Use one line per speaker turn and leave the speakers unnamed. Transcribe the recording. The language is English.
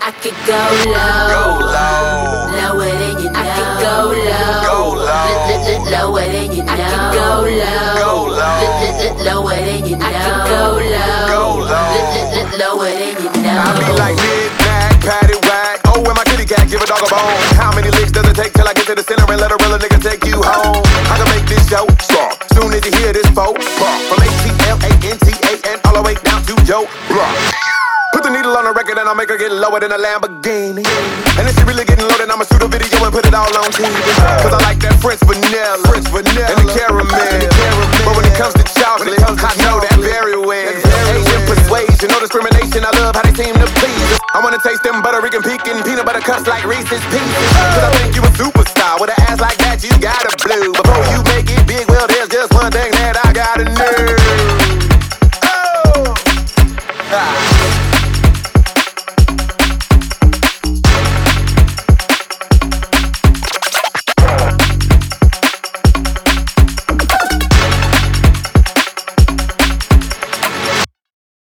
I could go low,
Go low,
lower than you know. I could go low,
go low,
L- l- lower than you know. I could go low,
go low,
L- l- lower than you know. I could go low,
go low.
L- l- lower than you know.
I be like knick-knack, patty whack. Oh, and my kitty cat, give a dog a bone. How many licks does it take till I get to the center and let a real nigga take you home? I can make this show stop. Soon as you hear this folk rock. From A-T-L-A-N-T-A and all the way down to yo block. Put the needle on the record and I'll make her get lower than a Lamborghini. And if she really getting loaded, I'ma shoot a video and put it all on TV. Cause I like that French vanilla, French vanilla, and the caramel. But when it comes to chocolate, I know that very well. Asian persuasion, no discrimination. I love how they seem to please. us. I wanna taste them Puerto Rican pecan peanut butter cups like Reese's Pieces. Cause I think you a superstar with an ass like Oh! Ah.